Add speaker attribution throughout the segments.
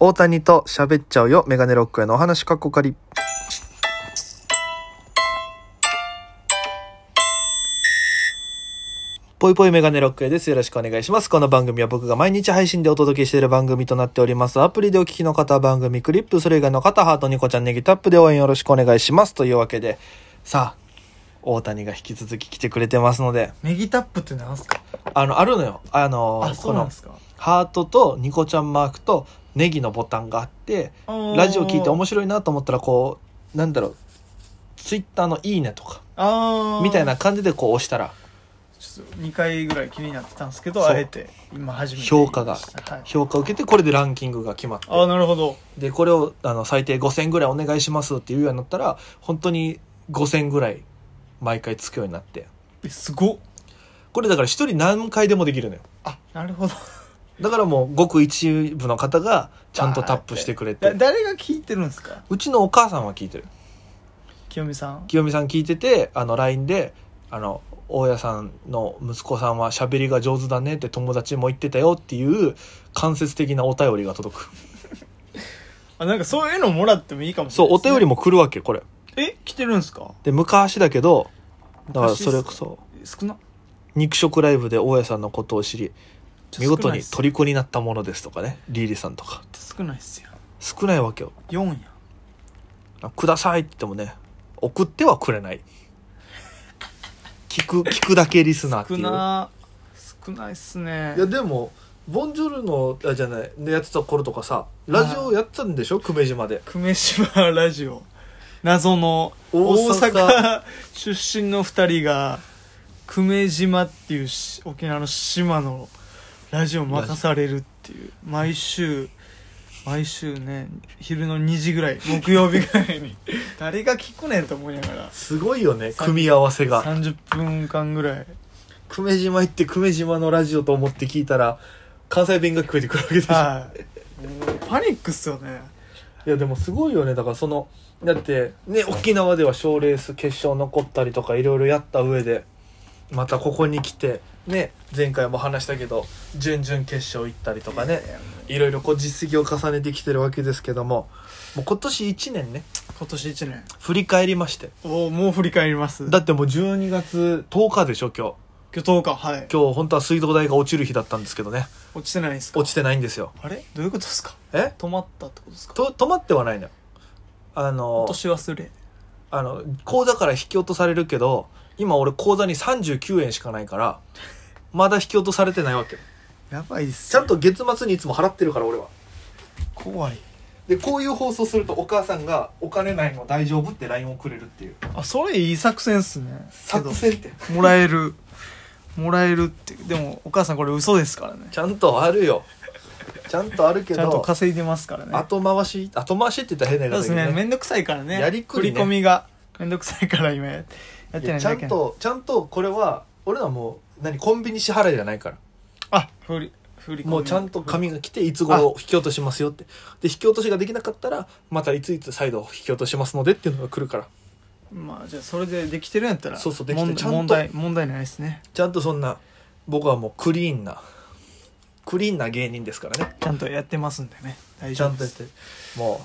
Speaker 1: 大谷と喋っちゃうよメガネロックへのお話かっこかりぽいぽいメガネロックへです。よろしくお願いします。この番組は僕が毎日配信でお届けしている番組となっております。アプリでお聞きの方は番組クリップ、それ以外の方はハートニコちゃんネギタップで応援よろしくお願いします。というわけで、さあ、大谷が引き続き来てくれてますので、
Speaker 2: ネギタップってなんすか
Speaker 1: あの、あるのよ。あの、
Speaker 2: あ、そうなんですか
Speaker 1: ハートとニコちゃんマークとネギのボタンがあってラジオ聞いて面白
Speaker 2: 白い
Speaker 1: いなと思ったらこうなんだろうツイッターの「いいね」とか
Speaker 2: あー
Speaker 1: みたいな感じでこう押したら
Speaker 2: ちょっと2回ぐらい気になってたんですけ
Speaker 1: そ
Speaker 2: ど
Speaker 1: う
Speaker 2: あえて今初めて
Speaker 1: 評価が
Speaker 2: 言いましたはい、
Speaker 1: 評価を受けてこれでランキングが決まって
Speaker 2: あーなるほど
Speaker 1: でこれをあの最低5,000ぐらいお願いしますって言うようになったら本当に5,000ぐらい毎回つくようになって
Speaker 2: えすごっ
Speaker 1: これだから1人何回でもできるのよ
Speaker 2: あなるほど
Speaker 1: だからもうごく一部の方がちゃんとタップしてくれ
Speaker 2: だ
Speaker 1: て
Speaker 2: 誰が聞いてるんですか
Speaker 1: うちのお母さんは聞いてる
Speaker 2: 清美さん
Speaker 1: 清美さん聞いててあの LINE であの大家さんの息子さんは喋りが上手だねって友達も言ってたよっていう間接的なお便りが届く
Speaker 2: あなんかそういうのもらってもいいかもし
Speaker 1: そ
Speaker 2: れ
Speaker 1: う
Speaker 2: ない
Speaker 1: お便りも
Speaker 2: も
Speaker 1: 来るわけこれ
Speaker 2: え来てるんですか
Speaker 1: で昔だけどだからそれこそ
Speaker 2: 少な
Speaker 1: 肉食ライブで大家さんのことを知り
Speaker 2: ちょ
Speaker 1: 見事に
Speaker 2: 少ないっ
Speaker 1: 虜になったものですとかねリーリさんとか
Speaker 2: す少ないっすよ
Speaker 1: 少ないわけよ
Speaker 2: 4や
Speaker 1: くださいって言ってもね送ってはくれない聞く聞くだけリスナーっていう
Speaker 2: 少な少ないっすね
Speaker 1: いやでもボンジョルノあじゃないでやってた頃とかさラジオやってたんでしょ久米島で
Speaker 2: 久米島ラジオ謎の
Speaker 1: 大
Speaker 2: 大
Speaker 1: 阪
Speaker 2: 阪出身の2人が久米島っていうし沖縄の島のラジオを任されるっていう毎週毎週ね昼の2時ぐらい木曜日ぐらいに 誰が聞くねんと思いながら
Speaker 1: すごいよね
Speaker 2: さ
Speaker 1: 組み合わせが
Speaker 2: 30分間ぐらい
Speaker 1: 久米島行って久米島のラジオと思って聞いたら関西弁が聞こえてくるわけでしょ
Speaker 2: はいもうパニックっすよね
Speaker 1: いやでもすごいよねだからそのだってね沖縄では賞ーレース決勝残ったりとかいろいろやった上でまたここに来てね前回も話したけど準々決勝行ったりとかねいろいろこう実績を重ねてきてるわけですけどももう今年1年ね
Speaker 2: 今年1年
Speaker 1: 振り返りまして
Speaker 2: おもう振り返ります
Speaker 1: だってもう12月10日でしょ今日
Speaker 2: 今日10日はい
Speaker 1: 今日本当は水道代が落ちる日だったんですけどね
Speaker 2: 落ちてないですか
Speaker 1: 落ちてないんですよ
Speaker 2: あれどういうことですか
Speaker 1: え
Speaker 2: 止まったってことですか
Speaker 1: と止まってはないのよあの
Speaker 2: 落とし忘れ
Speaker 1: あの口座から引き落とされるけど今俺口座に39円しかないからまだ引き落とされてないわけ
Speaker 2: やばいっす
Speaker 1: ちゃんと月末にいつも払ってるから俺は
Speaker 2: 怖い
Speaker 1: でこういう放送するとお母さんが「お金ないの大丈夫?」って LINE をくれるっていう
Speaker 2: あそれいい作戦っすね
Speaker 1: 作戦って
Speaker 2: けどもらえるもらえるってでもお母さんこれ嘘ですからね
Speaker 1: ちゃんとあるよちゃんとあるけ
Speaker 2: ち
Speaker 1: ど
Speaker 2: ゃんと稼いでますからね
Speaker 1: 後回し後回しって言ったら変な
Speaker 2: そう
Speaker 1: 言
Speaker 2: で
Speaker 1: い
Speaker 2: す
Speaker 1: 方だけ
Speaker 2: ね
Speaker 1: どね
Speaker 2: めんどくさいからね
Speaker 1: やりくりね
Speaker 2: 振込みがめんどくさいから 今やや
Speaker 1: い
Speaker 2: ってな
Speaker 1: や
Speaker 2: い
Speaker 1: ちゃ
Speaker 2: だけ
Speaker 1: んとちゃんとこれは俺らはもう何コンビニ支払いじゃないから
Speaker 2: あ振り振り込み
Speaker 1: もうちゃんと紙が来ていつ頃引き落としますよってで引き落としができなかったらまたいついつ再度引き落としますのでっていうのが来るから
Speaker 2: まあじゃあそれでできてるんやったら
Speaker 1: そうそうできてる
Speaker 2: 問
Speaker 1: ちゃんと
Speaker 2: 問題問題ないですね
Speaker 1: ちゃんとそんな僕はもうクリーンなクリーンな芸人ですからね
Speaker 2: ちゃんとやってますんでね大
Speaker 1: ち
Speaker 2: 丈
Speaker 1: ゃん
Speaker 2: 夫
Speaker 1: と
Speaker 2: で
Speaker 1: やっ
Speaker 2: す
Speaker 1: ても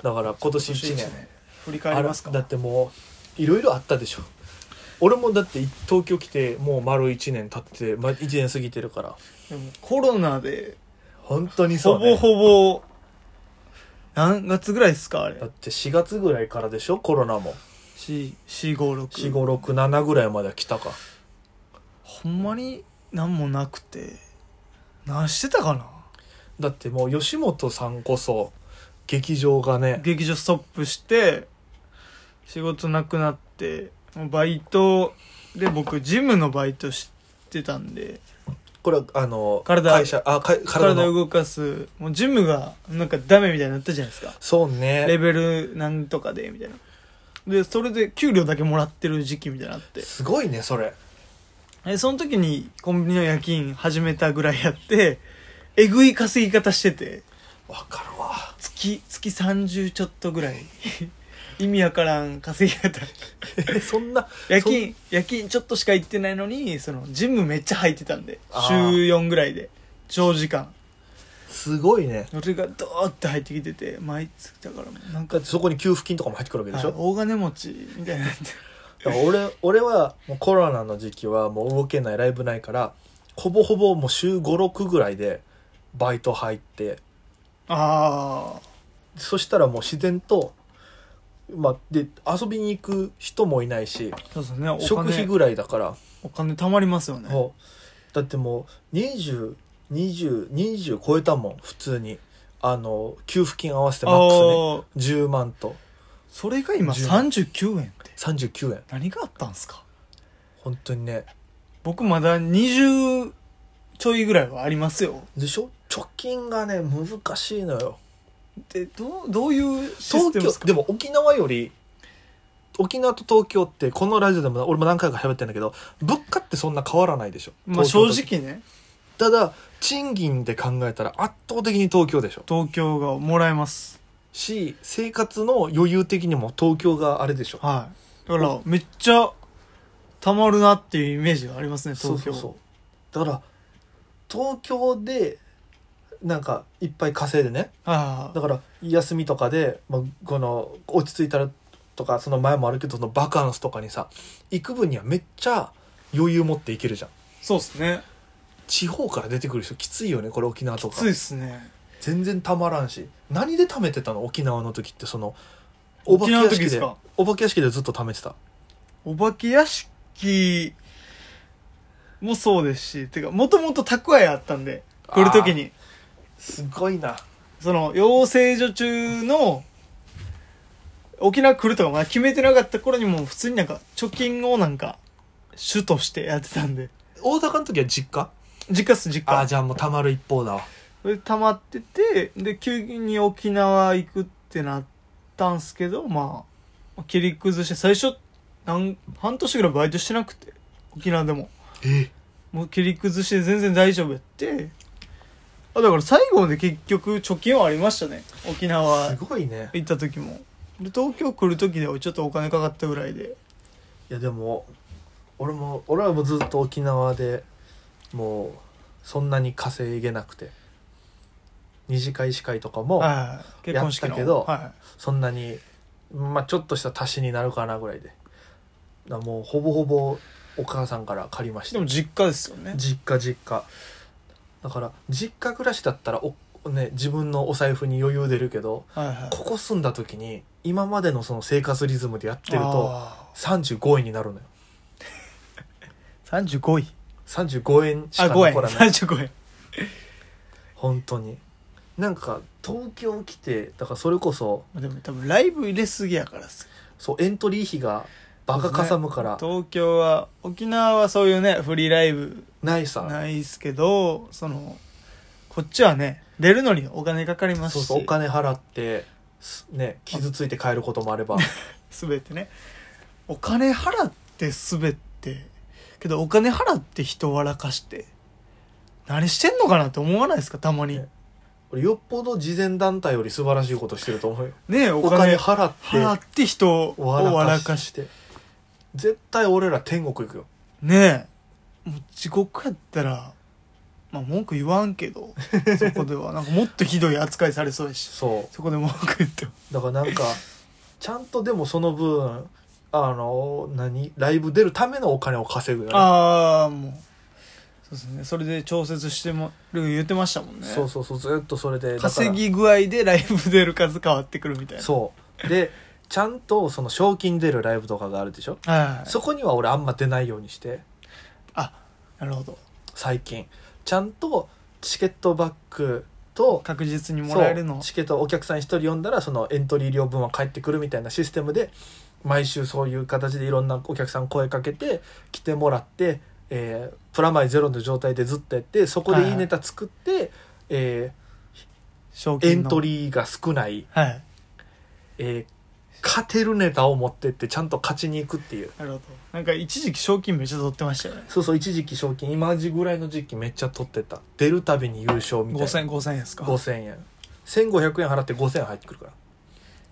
Speaker 1: うだから今年1
Speaker 2: 今
Speaker 1: 年
Speaker 2: 一振り返りますか
Speaker 1: あらだってもういろいろあったでしょ俺もだって東京来てもう丸1年経って、ま、1年過ぎてるから
Speaker 2: でもコロナで
Speaker 1: 本当にそ
Speaker 2: ほ
Speaker 1: う、ね、
Speaker 2: ぼほぼ、何月ぐらいですかあれ
Speaker 1: だ。って4月ぐらいからでしょコロナも
Speaker 2: 4、4、5、6。
Speaker 1: 4567ぐらいまでは来たか
Speaker 2: ほんまに何もなくて、何してたかな
Speaker 1: だってもう吉本さんこそ劇場がね
Speaker 2: 劇場ストップして、仕事なくなって、もうバイト、で、僕、ジムのバイトしてたんで、
Speaker 1: これはあの
Speaker 2: 体
Speaker 1: 会社あか体
Speaker 2: 体
Speaker 1: の
Speaker 2: 動かす、もうジムがなんかダメみたいになったじゃないですか。
Speaker 1: そう
Speaker 2: レ
Speaker 1: ね
Speaker 2: ベルなんとかで、みたいな。で、それで給料だけもらってる時期みたいなのあって。
Speaker 1: すごいねそれ
Speaker 2: えその時にコンビニの夜勤始めたぐらいやってえぐい稼ぎ方してて
Speaker 1: わかるわ
Speaker 2: 月月30ちょっとぐらい 意味わからん稼ぎ方
Speaker 1: え そんな
Speaker 2: 夜勤夜勤ちょっとしか行ってないのにそのジムめっちゃ入ってたんで
Speaker 1: あ
Speaker 2: 週
Speaker 1: ー
Speaker 2: 4ぐらいで長時間
Speaker 1: すごいね
Speaker 2: それがドーって入ってきてて毎月だからもうなんか
Speaker 1: だってそこに給付金とかも入ってくるわけでしょ、
Speaker 2: はい大金持ちみたいに なって
Speaker 1: だから俺俺はもうコロナの時期はもう動けないライブないからほぼほぼもう週56ぐらいでバイト入って
Speaker 2: あ
Speaker 1: そしたらもう自然と、まあ、で遊びに行く人もいないし
Speaker 2: あそうですねお金
Speaker 1: 食費ぐらいだから、
Speaker 2: お金貯まりますよね
Speaker 1: もうだってもう202020超えたもん普通にあの給付金合わせてマックスね
Speaker 2: ああ
Speaker 1: 10万と
Speaker 2: それが今
Speaker 1: 10
Speaker 2: 39円って
Speaker 1: 39円
Speaker 2: 何があったんですか
Speaker 1: 本当にね
Speaker 2: 僕まだ20ちょいぐらいはありますよ
Speaker 1: でしょ貯金がね難しいのよ
Speaker 2: でどうどういうシ
Speaker 1: 東
Speaker 2: ステムです
Speaker 1: 京
Speaker 2: か
Speaker 1: でも沖縄より沖縄と東京ってこのラジオでも俺も何回か喋ってんだけど物価ってそんな変わらないでしょ、
Speaker 2: まあ
Speaker 1: 東京と
Speaker 2: 正直ね
Speaker 1: ただ賃金で考えたら圧倒的に東京でしょ
Speaker 2: 東京がもらえます
Speaker 1: し生活の余裕的にも東京があれでしょ
Speaker 2: はいだからめっちゃ貯まるなっていうイメージがありますね
Speaker 1: そう
Speaker 2: 東
Speaker 1: そ
Speaker 2: 京
Speaker 1: うそうだから東京でなんかいっぱい稼いでね
Speaker 2: はい
Speaker 1: だから休みとかで、まあ、この落ち着いたらとかその前もあるけどそのバカンスとかにさ行く分にはめっちゃ余裕持って行けるじゃん
Speaker 2: そうですね
Speaker 1: 地方から出てくる人きついよねこれ沖縄とか
Speaker 2: ついっすね
Speaker 1: 全然たまらんし何で貯めてたの沖縄の時ってそのお化
Speaker 2: 沖
Speaker 1: け
Speaker 2: 縄の
Speaker 1: 屋
Speaker 2: 時
Speaker 1: 敷
Speaker 2: で
Speaker 1: です
Speaker 2: か
Speaker 1: お化け屋敷でずっと貯めてた
Speaker 2: お化け屋敷もそうですしてかもともと蓄えあったんで来る時に
Speaker 1: すごいな
Speaker 2: その養成所中の沖縄来るとかまだ決めてなかった頃にもう普通になんか貯金をなんか主としてやってたんで
Speaker 1: 大阪の時は実家
Speaker 2: 実家っす実
Speaker 1: ああ
Speaker 2: 家
Speaker 1: じゃあもうたまる一方だわ
Speaker 2: それで溜まっててで急に沖縄行くってなったんすけどまあ切り崩して最初なん半年ぐらいバイトしてなくて沖縄でも
Speaker 1: え
Speaker 2: もう切り崩して全然大丈夫やってあだから最後まで結局貯金はありましたね沖縄
Speaker 1: すごいね
Speaker 2: 行った時もで東京来る時ではちょっとお金かかったぐらいで
Speaker 1: いやでも俺も俺はもうずっと沖縄でもうそんなに稼げなくて二次会司会とかも
Speaker 2: はい結婚式
Speaker 1: や
Speaker 2: の
Speaker 1: ったけど
Speaker 2: は
Speaker 1: そんなにまあちょっとした足しになるかなぐらいでだからもうほぼほぼお母さんから借りまし
Speaker 2: い、
Speaker 1: た
Speaker 2: でも実家ですよね
Speaker 1: 実家実家だから実家暮らしだったらお、ね、自分のお財布に余裕出るけど
Speaker 2: はいはい
Speaker 1: ここ住んだ時に今までのその生活リズムでやってると
Speaker 2: あ
Speaker 1: 35円になるのよ
Speaker 2: ー35位
Speaker 1: 35円し
Speaker 2: あ
Speaker 1: か
Speaker 2: 5円
Speaker 1: 残らない
Speaker 2: 35円
Speaker 1: 本当になんか東京来てだからそれこそ
Speaker 2: でも多分ライブ入れすぎやからっす
Speaker 1: そうエントリー費がバカかさむから、
Speaker 2: 東京は沖縄はそういうねフリーライブ
Speaker 1: ないさ
Speaker 2: ないっすけどそのこっちはね出るのにお金かかりますし
Speaker 1: そうそうお金払ってすね傷ついて帰ることもあれ ば
Speaker 2: 全てねお金払って滑ってけどお金払って人笑かして何してんのかなって思わないですかたまに
Speaker 1: ね俺よっぽど慈善団体より素晴らしいことしてると思うよ
Speaker 2: ねえお
Speaker 1: お金
Speaker 2: 金
Speaker 1: 払って
Speaker 2: 払って人を
Speaker 1: 笑
Speaker 2: 笑
Speaker 1: か
Speaker 2: か
Speaker 1: し
Speaker 2: して
Speaker 1: 絶対俺ら天国行くよ
Speaker 2: ねえもう地獄やったらまあ文句言わん けどそこではなんかもっとひどい扱いされそうやし
Speaker 1: そ
Speaker 2: そこで文句 言っても
Speaker 1: うだからなんかちゃんとでもその分あの何ライブ出るためのお金を稼ぐよね
Speaker 2: ああもうそうですねそれで調節してもる言ってましたもんね
Speaker 1: そうそうそうずっとそれでだから
Speaker 2: 稼ぎ具合でライブ出る数変わってくるみたいな
Speaker 1: そうでちゃんとその賞金出るライブとかがあるでしょ、
Speaker 2: はい
Speaker 1: そこには俺あんま出ないようにして
Speaker 2: あなるほど
Speaker 1: 最近ちゃんとチケットバックと
Speaker 2: 確実にもらえる
Speaker 1: そ
Speaker 2: の
Speaker 1: うチケットお客さん一人呼んだらそのエントリー料分は返ってくるみたいなシステムで毎週そういう形でいろんなお客さん声かけて来てもらって、えープラマイゼロの状態でずっとやってそこでいいネタ作って、え
Speaker 2: 賞
Speaker 1: ーエ
Speaker 2: 金の
Speaker 1: ントリーが少ない、
Speaker 2: はい
Speaker 1: えー勝てるネタを持ってってちゃんと勝ちに行くっていう
Speaker 2: なるほどなんか一時期賞金めっちゃ取ってましたよね
Speaker 1: そうそう一時期賞金今時ぐらいの時期めっちゃ取ってた出るたびに優勝みたいな
Speaker 2: 5000 5000円ですか
Speaker 1: 5000円1500円払って5000円入ってくるから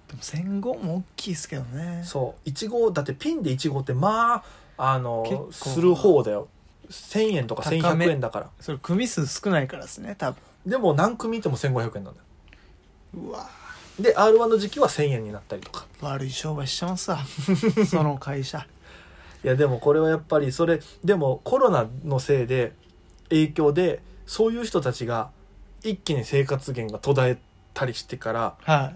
Speaker 2: でも戦後も大きいですけどね
Speaker 1: そういちごだってピンでいちごってまああの
Speaker 2: 結構
Speaker 1: する方だよ1000円とか
Speaker 2: 高め
Speaker 1: 1100円だから
Speaker 2: それ組数少ないからですね多分
Speaker 1: でも何組いても1500円なんだよ
Speaker 2: うわ
Speaker 1: で r 1の時期は1000円になったりとか
Speaker 2: 悪い商売し てますわその会社
Speaker 1: いやでもこれはやっぱりそれでもコロナのせいで影響でそういう人たちが一気に生活源が途絶えたりしてから
Speaker 2: は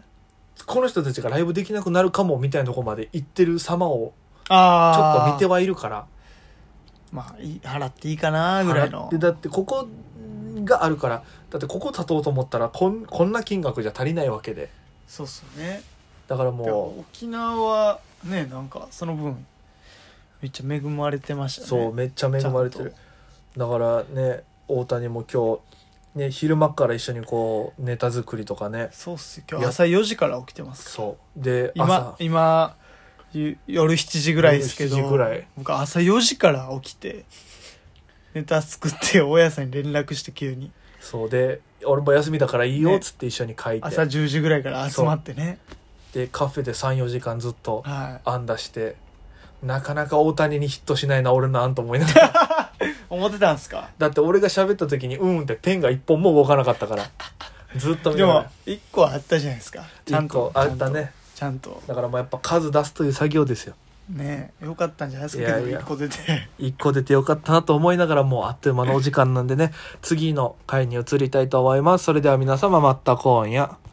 Speaker 2: い
Speaker 1: この人たちがライブできなくなるかもみたいなとこまで行ってる様をちょ
Speaker 2: あ
Speaker 1: っ
Speaker 2: あ
Speaker 1: と見てはいるから
Speaker 2: まあいい払っていいかなぐらいの
Speaker 1: でだってここがあるからだってここ立とうと思ったらこんこんな金額じゃ足りないわけで
Speaker 2: そうっすよね
Speaker 1: だから
Speaker 2: で
Speaker 1: もう
Speaker 2: も沖縄はねなんかその分めっちゃ恵まれてましたね
Speaker 1: そうめっちゃ恵まれてるだからね大谷も今日、ね、昼間っから一緒にこうネタ作りとかね
Speaker 2: そうっすよ今日朝4時から起きてますか
Speaker 1: そうで
Speaker 2: ら今
Speaker 1: 朝
Speaker 2: 今ゆ夜7時ぐらいですけど
Speaker 1: 夜7時ぐらい
Speaker 2: 僕朝4時から起きてネタ作って大家さんに連絡して急に
Speaker 1: そうで俺も休みだからいいよっつって一緒に書いて、
Speaker 2: 朝10時ぐらいから集まってね
Speaker 1: でカフェで34時間ずっと
Speaker 2: は
Speaker 1: 安打してなかなか大谷にヒットしないな俺の案と思いながら
Speaker 2: い思ってたんすか
Speaker 1: だって俺が喋った時にうんってペンが一本も動かなかった からずっと見
Speaker 2: で
Speaker 1: なが
Speaker 2: も
Speaker 1: ら
Speaker 2: 1個はあったじゃないですかちゃん
Speaker 1: 一個
Speaker 2: と
Speaker 1: あったね
Speaker 2: ちゃんと
Speaker 1: だからもうやっぱ数出すという作業ですよ
Speaker 2: ねよかったんじゃないです
Speaker 1: い
Speaker 2: か
Speaker 1: や
Speaker 2: け
Speaker 1: い
Speaker 2: ど
Speaker 1: や
Speaker 2: 1個出て
Speaker 1: 一個出てよかったなと思いながらもうあっという間のお時間なんでね、次の回に移りたいと思います。それでは皆様また今夜。